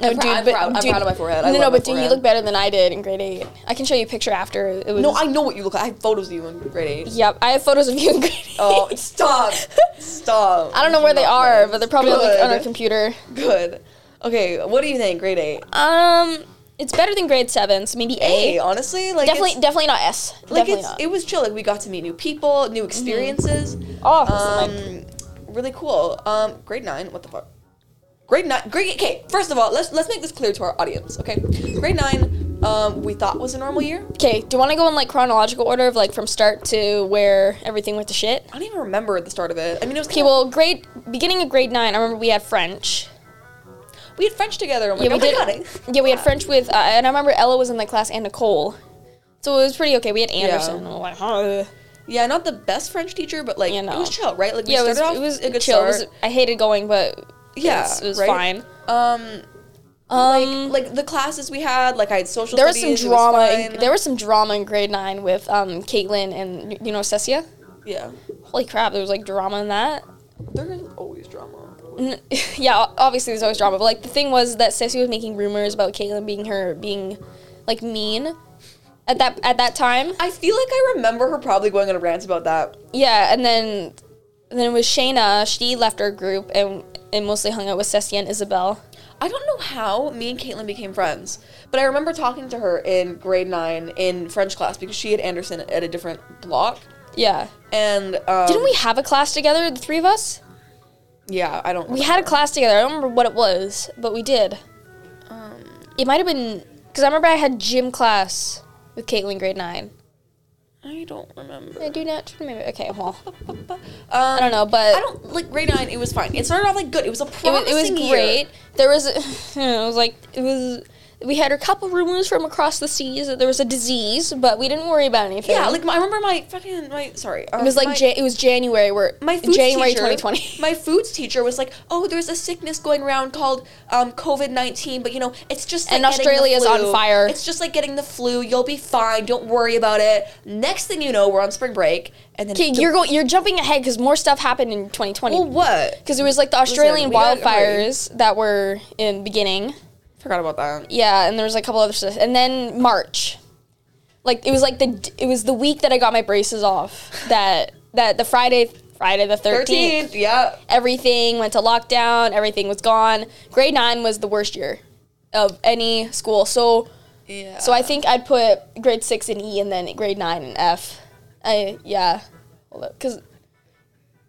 No,
I'm pr- I'm proud- I'm proud of my forehead. I
no,
love
no,
my
but dude, you
forehead.
look better than I did in grade eight. I can show you a picture after. It was.
No, I know what you look like. I have photos of you in grade eight.
Yep, I have photos of you in grade eight.
Oh, stop. Stop.
I don't know where they
Not
are,
nice.
but they're probably on,
good.
like, on our computer.
Good. Okay, what do you think? Grade eight.
Um, it's better than grade seven, so maybe
Hey,
A.
honestly, like
Definitely,
it's-
definitely not S.
like
definitely
it's
not.
it was chill. Like we got to meet new people, new experiences.
oh, this is my-
Um, really cool. Um, grade nine. What the fuck? Grade nine. Grade okay. First of all, let's let's make this clear to our audience. Okay, grade nine. Um, we thought was a normal year.
okay, do you want to go in like chronological order of like from start to where everything went to shit?
I don't even remember the start of it. I mean, it was
Okay,
kinda-
well, grade beginning of grade nine, I remember we had French.
we had French together. I'm
Yeah, we
like, oh my
did.
God.
Yeah, we had French with, uh, and I remember Ella was in the class and Nicole, so it was pretty okay. We had Anderson. and I'm like, huh.
Yeah, not the best French teacher, but like
You
it
know.
was chill, right? Like we
yeah, it was,
started off
it was
a good
chill. It was-
start.
I hated going, but
Yeah,
yeah, it was, it was
right?
fine.
Um,
Um,
like the classes we had, like I had social.
there was some
studies, it
drama. in,
fine.
there was some drama in grade nine with um Caitlin and you know Cecia.
yeah,
Holy crap! There was like drama in that.
there is always drama.
N- yeah, o- obviously there's always drama, but like the thing was that Cecia was making rumors about Caitlin being her being like mean at that at that time.
I feel like I remember her probably going on a rant about that.
Yeah, and then and then it was Shayna. She left our group and and mostly hung out with Cecia and Isabel.
I don't know how me and Caitlin became friends, but I remember talking to her in grade nine in French class because she had Anderson at a different block,
Yeah.
and um,
Didn't we have a class together, the three of us?
Yeah, I don't.
We had a class together. I don't remember what it was, but we did.
Um,
It might have been because I remember I had gym class with Caitlin grade nine.
I don't remember.
I do not remember. Okay, well,
Um,
I don't know, but
I don't like grade nine. It was fine. It started off like good. It was a
Uh, it was,
promising
it was
year.
great. There was, it was like it was. We had a couple rumors from across the seas that there was a disease, but we didn't worry about anything.
Yeah, like my, I remember my fucking my sorry. uh,
it was like
my,
Ja- it was January where
my foods
January
teacher,
2020.
My foods teacher was like, "Oh, there's a sickness going around called um, COVID nineteen, but you know, it's just
And
like getting the
Australia's on
flu.
fire."
It's just like getting the flu. You'll be fine. Don't worry about it." Next thing you know, we're on spring break, and then
Okay,
the-
you're go- you're jumping ahead because more stuff happened in 2020.
well, what?
because it was like the Australian
Oh, we gotta hurry.
wildfires that were in beginning.
Forgot about that.
Yeah, and there was like a couple other stuff, and then March, like it was like the d- it was the week that I got my braces off. That that the Friday Friday the thirteenth,
Thirteenth, yeah.
everything went to lockdown. Everything was gone. Grade nine was the worst year of any school. So
Yeah.
so I think I'd put grade six and E, and then grade nine and F. I yeah, because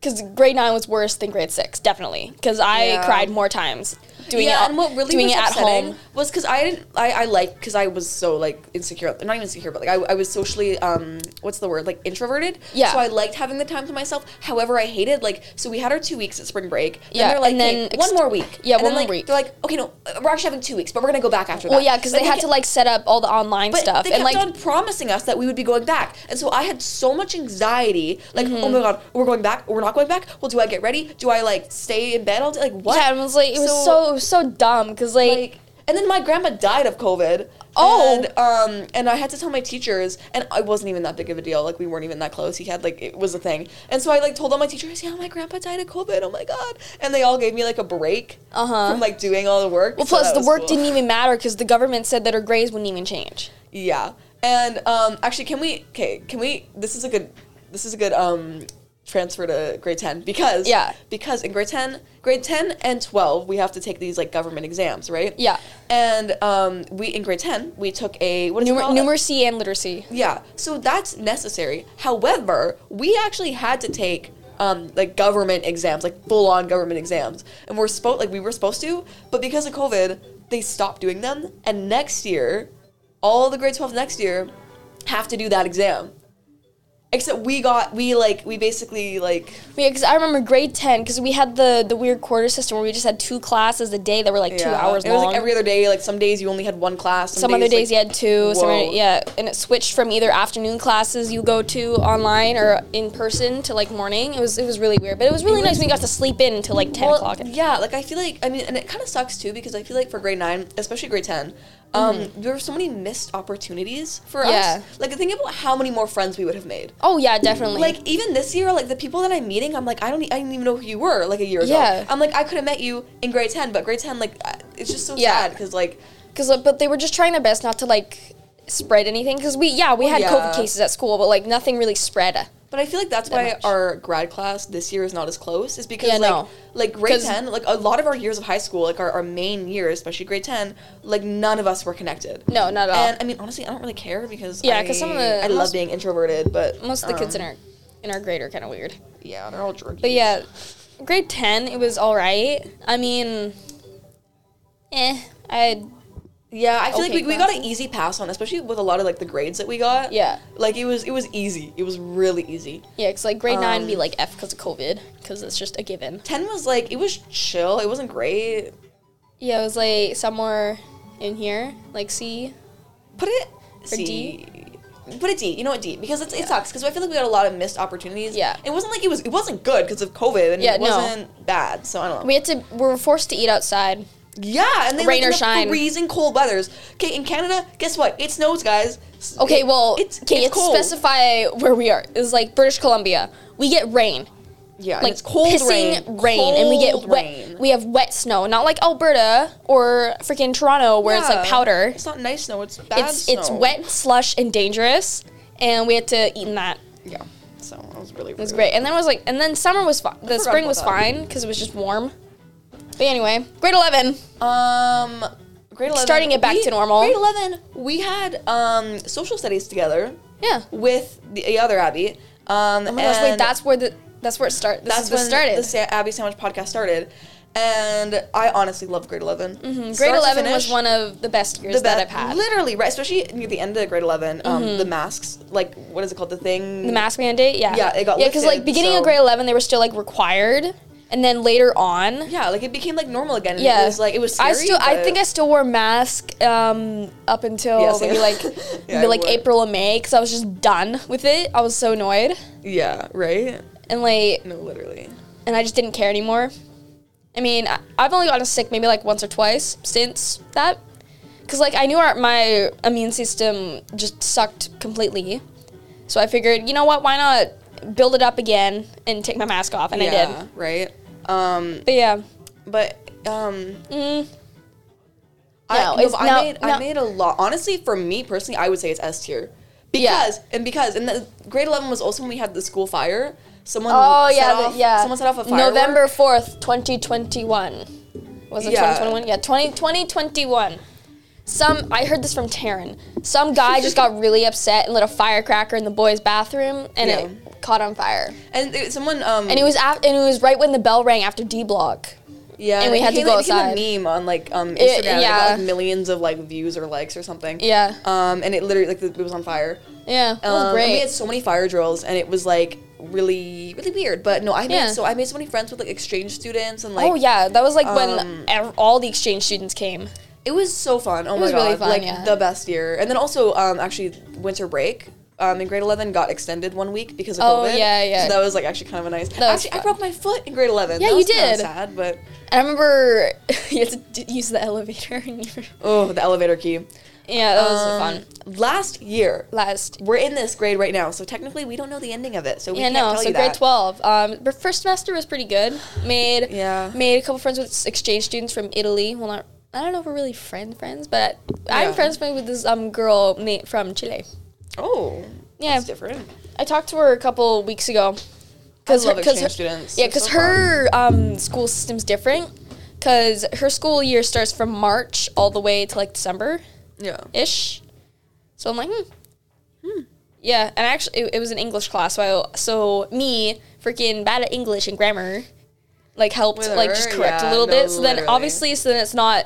because grade nine was worse than grade six, definitely. Because I
Yeah.
cried more times doing
yeah,
it.
and what really
doing
was
it at
upsetting
home.
was because I didn't I, I like because I was so like insecure not even insecure but like I, I was socially um what's the word like introverted
Yeah.
so I liked having the time to myself however I hated like so we had our two weeks at spring break then
Yeah,
they're like
and then ex-
"Okay, one more week
yeah,
and
one more
then, like,
week.
they're like okay no uh, we're actually having two weeks but we're gonna go back after
Well,
that
yeah, because
But
they had
ke-
to like set up all the online
but
stuff
they
and
kept
like
on promising us that we would be going back and so I had so much anxiety like oh
Mm-hmm.
my god we're going back we're not going back well do I get ready do I like stay in bed all day like what
yeah, it was like it was so
So-
it was so dumb because like,
like and then my grandma died of covid
Oh.
and, um and i had to tell my teachers and i wasn't even that big of a deal like we weren't even that close he had like it was a thing and so i like told all my teachers yeah my grandpa died of covid oh my god and they all gave me like a break
Uh-huh.
from like doing all the work
well
so
plus
that
the
was
work
cool.
didn't even matter because the government said that her grades wouldn't even change.
yeah and um actually can we okay can we this is a good this is a good um transfer to grade 10 because
Yeah.
because in grade 10 grade 10 and 12 we have to take these like government exams right
Yeah.
and um we in grade 10 we took a what is it
Numer-
called?
numeracy and literacy.
yeah so that's necessary however we actually had to take um, like government exams like full-on government exams and we're supposed like we were supposed to but because of covid they stopped doing them and next year all the grade 12 next year have to do that exam except we got we like we basically like
Because I remember grade ten because we had the the weird quarter system where we just had two classes a day that were like two
yeah,
hours
it was
long.
like every other day like some days you only had one class some,
some other days
like-
you had two. Some
whoa.
other, yeah, and it switched from either afternoon classes you go to online or in person to like morning. It was it was really weird, but it was really nice when you got to sleep in until like ten
Well,
o'clock.
Yeah, like I feel like I mean, and it kind of sucks too because I feel like for grade nine, especially grade ten, um, there were so many missed opportunities for
Mm-hmm. Yeah.
us. Like think about how many more friends we would have made.
Oh yeah, definitely.
Like even this year, like the people that I'm meeting, I'm like I don't, e- I didn't even know who you were like a year ago.
Yeah.
I'm like I could have met you in grade ten, but grade ten, like I- it's just so
Yeah.
sad because like
Cause uh, but they were just trying their best not to like spread anything. Cause we yeah we had
yeah.
COVID cases at school, but like nothing really spread.
But I feel like that's
that
why
much.
our grad class this year is not as close. Is because
Yeah,
like
no.
like grade
'Cause-
ten, like a lot of our years of high school, like our, our main year, especially grade ten, like none of us were connected.
No, not at all.
And I mean, honestly, I don't really care because
Yeah,
I-
'cause some of the-
I love
most-
being introverted, but
Most of the kids in
um,
our in our grade are kind of weird.
yeah, they're all jerky.
But yeah, grade ten it was all right. I mean, eh, I
yeah, I feel like
Okay,
we, we got an easy pass on, especially with a lot of like the grades that we got.
yeah
like it was it was easy. It was really easy.
yeah. Cause like grade nine
Um,
be like F because of COVID. Cause it's just a given.
Ten was like it was chill. It wasn't great.
Yeah, it was like somewhere in here, like C.
Put it
Or D?
Put it D. You know what D? Because it's, it sucks. Because I feel like we had a lot of missed opportunities.
Yeah.
It wasn't like it was. It wasn't good because of COVID, and
Yeah,
it
no.
wasn't bad. So I don't know.
We had to. We were forced to eat outside.
yeah, and they
Rain
like, in
or
the
shine.
freezing cold weathers. Okay, in Canada, guess what? It snows, guys. S-
Okay,
it-
well,
it's,
okay,
it's
let's
cold.
specify where we are. It's like British Columbia. We get rain,
yeah, and
like
it's cold
pissing rain, and we get
Cold
wet.
rain.
We have wet snow, not like Alberta or freaking Toronto where it's like
Yeah.
powder.
It's not nice snow. It's bad.
It's it's
snow.
wet, slush, and dangerous, and we had to eat in that.
Yeah. So that was really.
It was great, and then it was like, and then summer was fine. The
forgot
spring
about
was
that.
fine because it was just warm. But anyway, grade eleven.
Um, grade eleven.
Starting it back
we-
to normal.
Grade eleven. We had um social studies together.
Yeah.
with the, the other Abby. Um,
Oh my gosh, wait,
and-
that's where the That's where it started. That's
That's
where
when
it started.
the Sa- Abby Sandwich podcast started. And I honestly love grade 11. Start
Mm-hmm. Grade
to
11 was
finish,
one of the best years
the
that
be-
I've had. Mm-hmm.
Literally, right? Especially near the end of grade 11, um, the masks, like, what is it called? The thing?
the mask mandate, yeah.
Yeah, it got
Yeah, because like
lifted,
beginning
so-
of grade 11 they were still like required and then later on
Yeah, like it became like normal again. And
Yeah,
It was like, it was
I
scary,
still, I
but-
think I still wore a mask um, up until
Yeah, same.
maybe like
Yeah,
maybe
I
like
would.
April or May because I was just done with it. I was so annoyed
Yeah, right?
and like
No, literally.
and I just didn't care anymore. I mean, I, I've only gotten sick maybe like once or twice since that because like I knew our, my immune system just sucked completely, so I figured you know what, why not build it up again and take my mask off, and I
yeah,
did.
right? Um,
But yeah,
but, um,
mm,
I,
No,
no,
it's-
but I
no,
made
no.
I made a lot. Honestly, for me personally, I would say it's S tier
Yeah.
because and because and the grade eleven was also when we had the school fire. Someone
Oh
set
yeah, the-
off,
yeah.
Someone set off a fire.
November fourth, twenty twenty one. Was it
Yeah.
twenty twenty one? Yeah, 20, 2021. Some I heard this from Taryn. Some guy just got really upset and lit a firecracker in the boys' bathroom, and it caught on fire.
and it, someone um
And it was af- and it was right when the bell rang after D block.
yeah
and we
it
had to
became-
go
it became
outside.
a meme on like um Instagram.
It-
and It, got,
yeah.
like, millions of like views or likes or something.
Yeah.
Um, and it literally like it was on fire.
Yeah, it was
Um, and
great.
we had so many fire drills, and it was like really really weird. But no, I made
Yeah.
so I made so many friends with like exchange students and like
oh yeah, that was like when
um,
ev- all the exchange students came.
It was so fun. Oh my
was
god,
really fun,
like
yeah.
the best year. And then also, um, actually, winter break. Um, in grade eleven got extended one week because of
Oh,
COVID.
yeah, yeah.
So that was like actually kind of a nice.
That was
actually, I
fun.
broke my foot in grade eleven.
Yeah,
That
you
was kinda
did.
Sad, but
And I remember you had to d- use the elevator. And you were-
oh, the elevator key.
yeah, that was
Um,
fun.
Last year,
Last
we're in this grade right now, so technically we don't know the ending of it, so we
yeah,
can't
no.
tell
So
you
grade
that.
twelve. Um, but first semester was pretty good. Made
Yeah.
Made a couple friends with s- exchange students from Italy. Well, not I don't know if we're really friend friends, but
Yeah.
I'm friends with this um girl na- from Chile.
Oh,
Yeah,
that's different.
I talked to her a couple weeks ago.
I love
her-
exchange
her-
students.
Yeah,
They're
because
so
her um, school system's different. Because her school year starts from March all the way to like December
Yeah.
ish. So I'm like, hmm. Yeah, and actually, it, it was an English class, so I, so me freaking bad at English and grammar, like helped
With
like just
her,
correct a
yeah,
little
no,
bit. So then
literally.
obviously, so then it's not,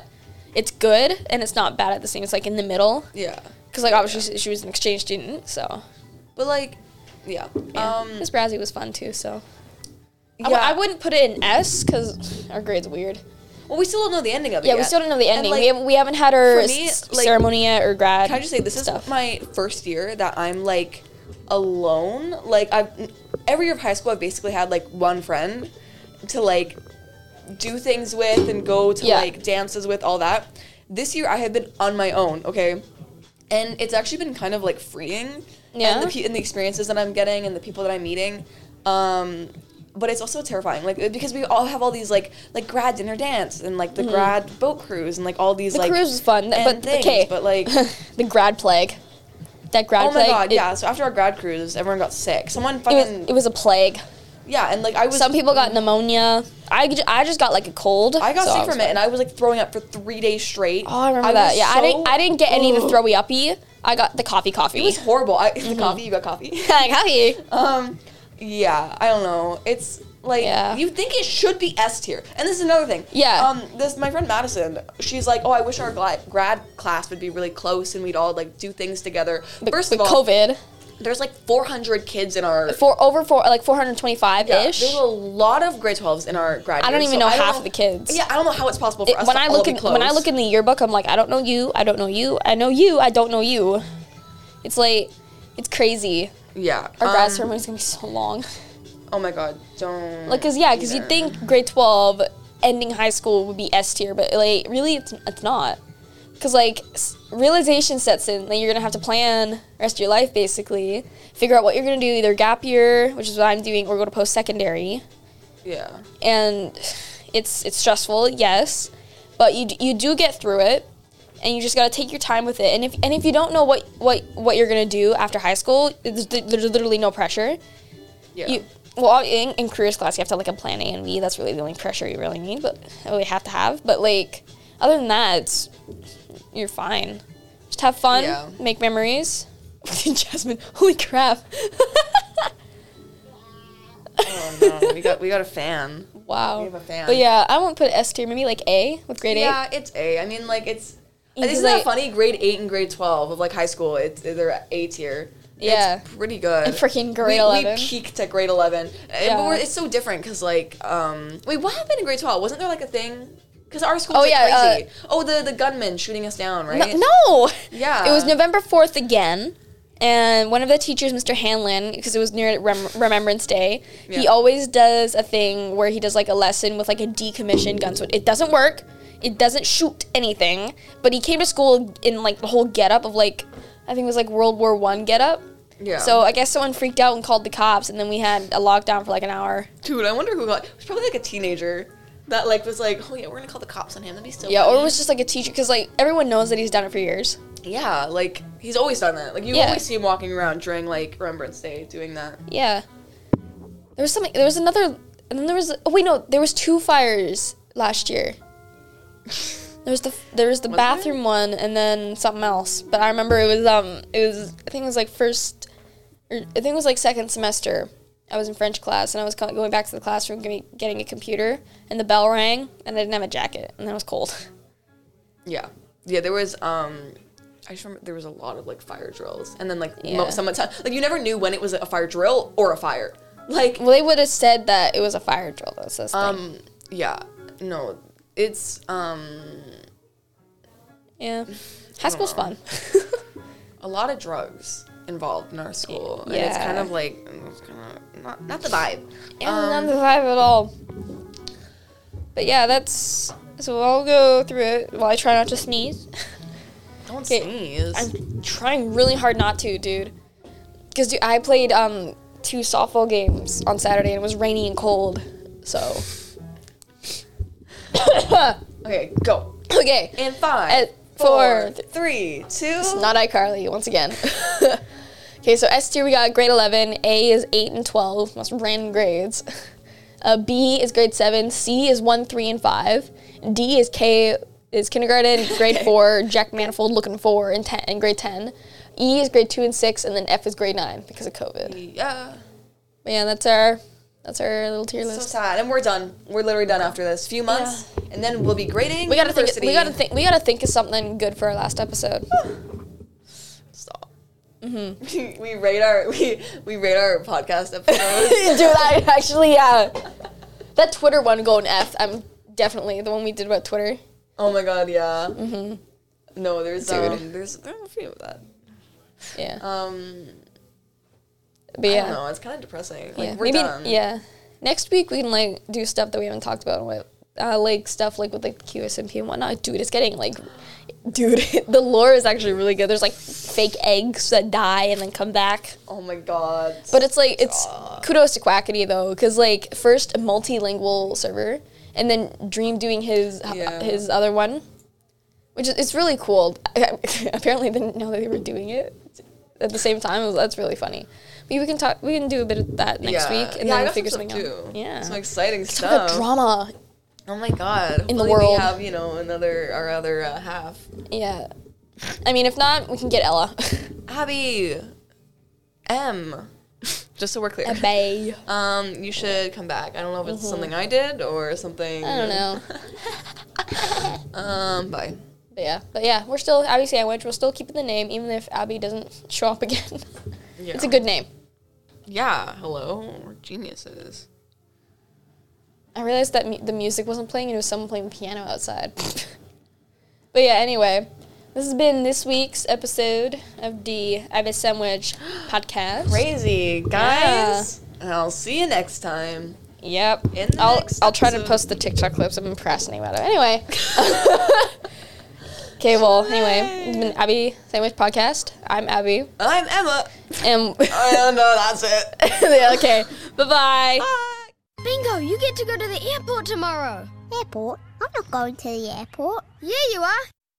it's good and it's not bad at the same. It's like in the middle
Yeah.
because like obviously she was an exchange student, so
But like, yeah.
yeah.
Um.
Miss Brazzy was fun too. So I
Yeah.
w- I, wouldn't put it in S because our grade's weird.
Well, we still don't know the ending of it.
Yeah, we
yet.
still don't know the
And,
ending.
like,
we, haven't, we haven't had our
for me,
s-
like-
ceremony yet or grad.
Can I just say this
stuff.
is my first year that I'm like alone. Like I've every year of high school, I've basically had like one friend to like do things with and go to
Yeah.
like dances with, all that. This year, I have been on my own. Okay, and it's actually been kind of like freeing.
Yeah.
And the, pe- and the experiences that I'm getting and the people that I'm meeting. Um, but it's also terrifying, like uh, because we all have all these like like grad dinner dance and like the grad boat cruise and like all these
Mm-hmm. The
like
cruise was fun,
end
but
things,
okay.
but like
the grad plague. That grad
Oh my
plague.
god,
it,
yeah. So after our grad cruise, everyone got sick. Someone
It was,
fucking
it was a plague.
yeah, and like I was
Some people got pneumonia. I, ju- I just got like a cold.
I got
so
sick
was
from it, and I was like throwing up for three days straight.
Oh, I remember
was
that. Yeah, I
so-
didn't I didn't get any of the
Ugh.
throwy uppy. I got the coffee coffee.
It was horrible. I the
Mm-hmm.
coffee. You got coffee.
coffee.
Um, yeah, I don't know. It's like
Yeah.
you think it should be S tier, and this is another thing.
Yeah.
Um, this my friend Madison. She's like, oh, I wish our gla- grad class would be really close, and we'd all like do things together.
But
First
with
of all,
COVID,
there's like 400 kids in our
for over four like 425
Yeah,
ish.
There's a lot of grade 12s in our grad.
I don't
year,
even
so
know
don't
half the kids.
Yeah, I don't know how it's possible for
It-
us
when
to
I
all
look
be
in
close.
when I look in the yearbook, I'm like, I don't know you. I don't know you. I know you. I don't know you. It's like, it's crazy.
yeah,
Our grad
um,
ceremony's gonna be so long.
Oh my god, don't
Like, cause yeah, cause you'd think grade twelve ending high school would be S tier, but like really, it's it's not. Cause like s- realization sets in that you're gonna have to plan the rest of your life basically, figure out what you're gonna do, either gap year, which is what I'm doing, or go to post secondary,
yeah,
and it's it's stressful, yes, but you d- you do get through it, and you just gotta take your time with it. And if and if you don't know what what what you're gonna do after high school, there's, there's literally no pressure
yeah.
you well in, in careers class you have to have like a plan A and B. That's really the only pressure you really need, but we have to have. But like other than that, it's, you're fine. Just have fun,
Yeah.
make memories. Jasmine, holy crap!
Oh no, we got we got a fan.
Wow.
We have a fan.
But yeah, I won't put S tier. Maybe like A with grade A.
Yeah, it's A. I mean, like it's.
You
Isn't
do,
that
like-
funny? Grade eight and grade twelve of like high school, it's they're A tier.
Yeah.
it's pretty good.
And freaking grade
we,
11.
We peaked at grade eleven, And-
Yeah.
but we're, it's so different because like, um, wait, what happened in grade twelve? Wasn't there like a thing? Because our school,
Oh,
was, like,
yeah, uh,
crazy. oh the the gunman shooting us down,
No,
right?
no.
Yeah.
It was November 4th again. And one of the teachers, Mr. Hanlon, because it was near Rem- Remembrance Day, he
Yeah.
always does a thing where he does like a lesson with like a decommissioned gun. So it doesn't work. It doesn't shoot anything. But he came to school in like the whole getup of like, I think it was like World War One getup.
Yeah.
So I guess someone freaked out and called the cops, and then we had a lockdown for like an hour.
Dude, I wonder who got. It was probably like a teenager that like was like, oh yeah, we're gonna call the cops on him. That'd be so.
Yeah, or
funny."
it was just like a teacher because like everyone knows that he's done it for years.
yeah, like he's always done that. Like you
Yeah.
always see him walking around during like Remembrance Day doing that.
Yeah. There was something. There was another. And then there was. Oh wait, no. There was two fires last year. There was the there was the
Was there?
bathroom one and then something else. But I remember it was um it was I think it was like first or I think it was like second semester. I was in French class and I was co- going back to the classroom getting getting a computer and the bell rang and I didn't have a jacket and it was cold.
Yeah. Yeah, there was um I just remember there was a lot of like fire drills and then like
Yeah.
mo- some like you never knew when it was a fire drill or a fire. Like
Well, they would have said that it was a fire drill. That's this thing.
um yeah, no. It's um
yeah. High school's fun.
a lot of drugs involved in our school and it's
Yeah.
kind of like it's kind of not not the vibe. Um,
and none of the five at all. But yeah, that's so. I'll go through it while I try not to sneeze.
Don't
'Kay.
sneeze.
I'm trying really hard not to, dude. Because I played um two softball games on Saturday and it was rainy and cold. So
okay, go.
okay,
In five,
At four,
four, three, two.
it's not iCarly once again. okay, so S tier we got grade eleven, A is eight and twelve, most random grades. Uh, B is grade seven, C is one, three, and five. D is K is kindergarten, grade four, Jack Manifold looking for in ten in grade ten. E is grade two and six, and then F is grade nine because of COVID.
yeah.
But yeah, that's our that's our little tier
So
list.
sad, and we're done. We're literally done after this. Few months, and then we'll be grading.
we gotta think.
university.
We gotta think. We gotta think of something good for our last episode.
Stop. Mm-hmm. we rate our we we rate our podcast episodes.
Dude, I actually yeah. That Twitter one going F. I'm definitely the one we did about Twitter.
oh my god, yeah. Mm-hmm. No, there's
Dude.
um, there's there's a few of that.
Yeah,
Um,
but yeah,
I don't know. It's kind of depressing. Like
yeah.
we're done.
yeah. Next week we can like do stuff that we haven't talked about with uh, like stuff like with like QSMP and whatnot. Dude, it's getting like. Dude, the lore is actually really good. There's like fake eggs that die and then come back.
Oh my god.
But it's like it's
Stop.
kudos to Quackity though, because like first a multilingual server, and then Dream doing his
Yeah.
his other one, which is it's really cool. Apparently, they didn't know that they were doing it at the same time. It was- that's really funny. Maybe we can talk. We can do a bit of that next
yeah.
week, and
yeah, I
then
got
we'll figure
some
something
stuff
out.
too.
Yeah,
Some exciting
Talk about
stuff.
drama.
oh my god.
in the
Hopefully
world.
we have you know another our other uh, half.
Yeah, I mean, if not, we can get Ella.
Abby, M. Just so we're clear.
Bay.
Um, you should come back. I don't know if it's something I did or something.
Mm-hmm. I don't know.
Um, bye.
But yeah, but yeah, we're still Abby Sandwich. We're still keeping the name, even if Abby doesn't show up again.
Yeah.
It's a good name.
Yeah. Hello. We're geniuses.
I realized that mu- the music wasn't playing and it was someone playing piano outside. but yeah, anyway, this has been this week's episode of the Abby Sandwich podcast.
Crazy
guys.
guys. And I'll see you next time.
Yep.
In the
I'll
next
I'll try to
episode.
post the TikTok clips. I'm procrastinating about it. Anyway. okay. Well, anyway, it's been Abby Sandwich podcast. I'm Abby,
I'm Emma.
and
And uh, that's it.
yeah, okay. Bye-bye.
Bye.
Bingo, you get to go to the airport tomorrow.
Airport? I'm not going to the airport.
Yeah, you are.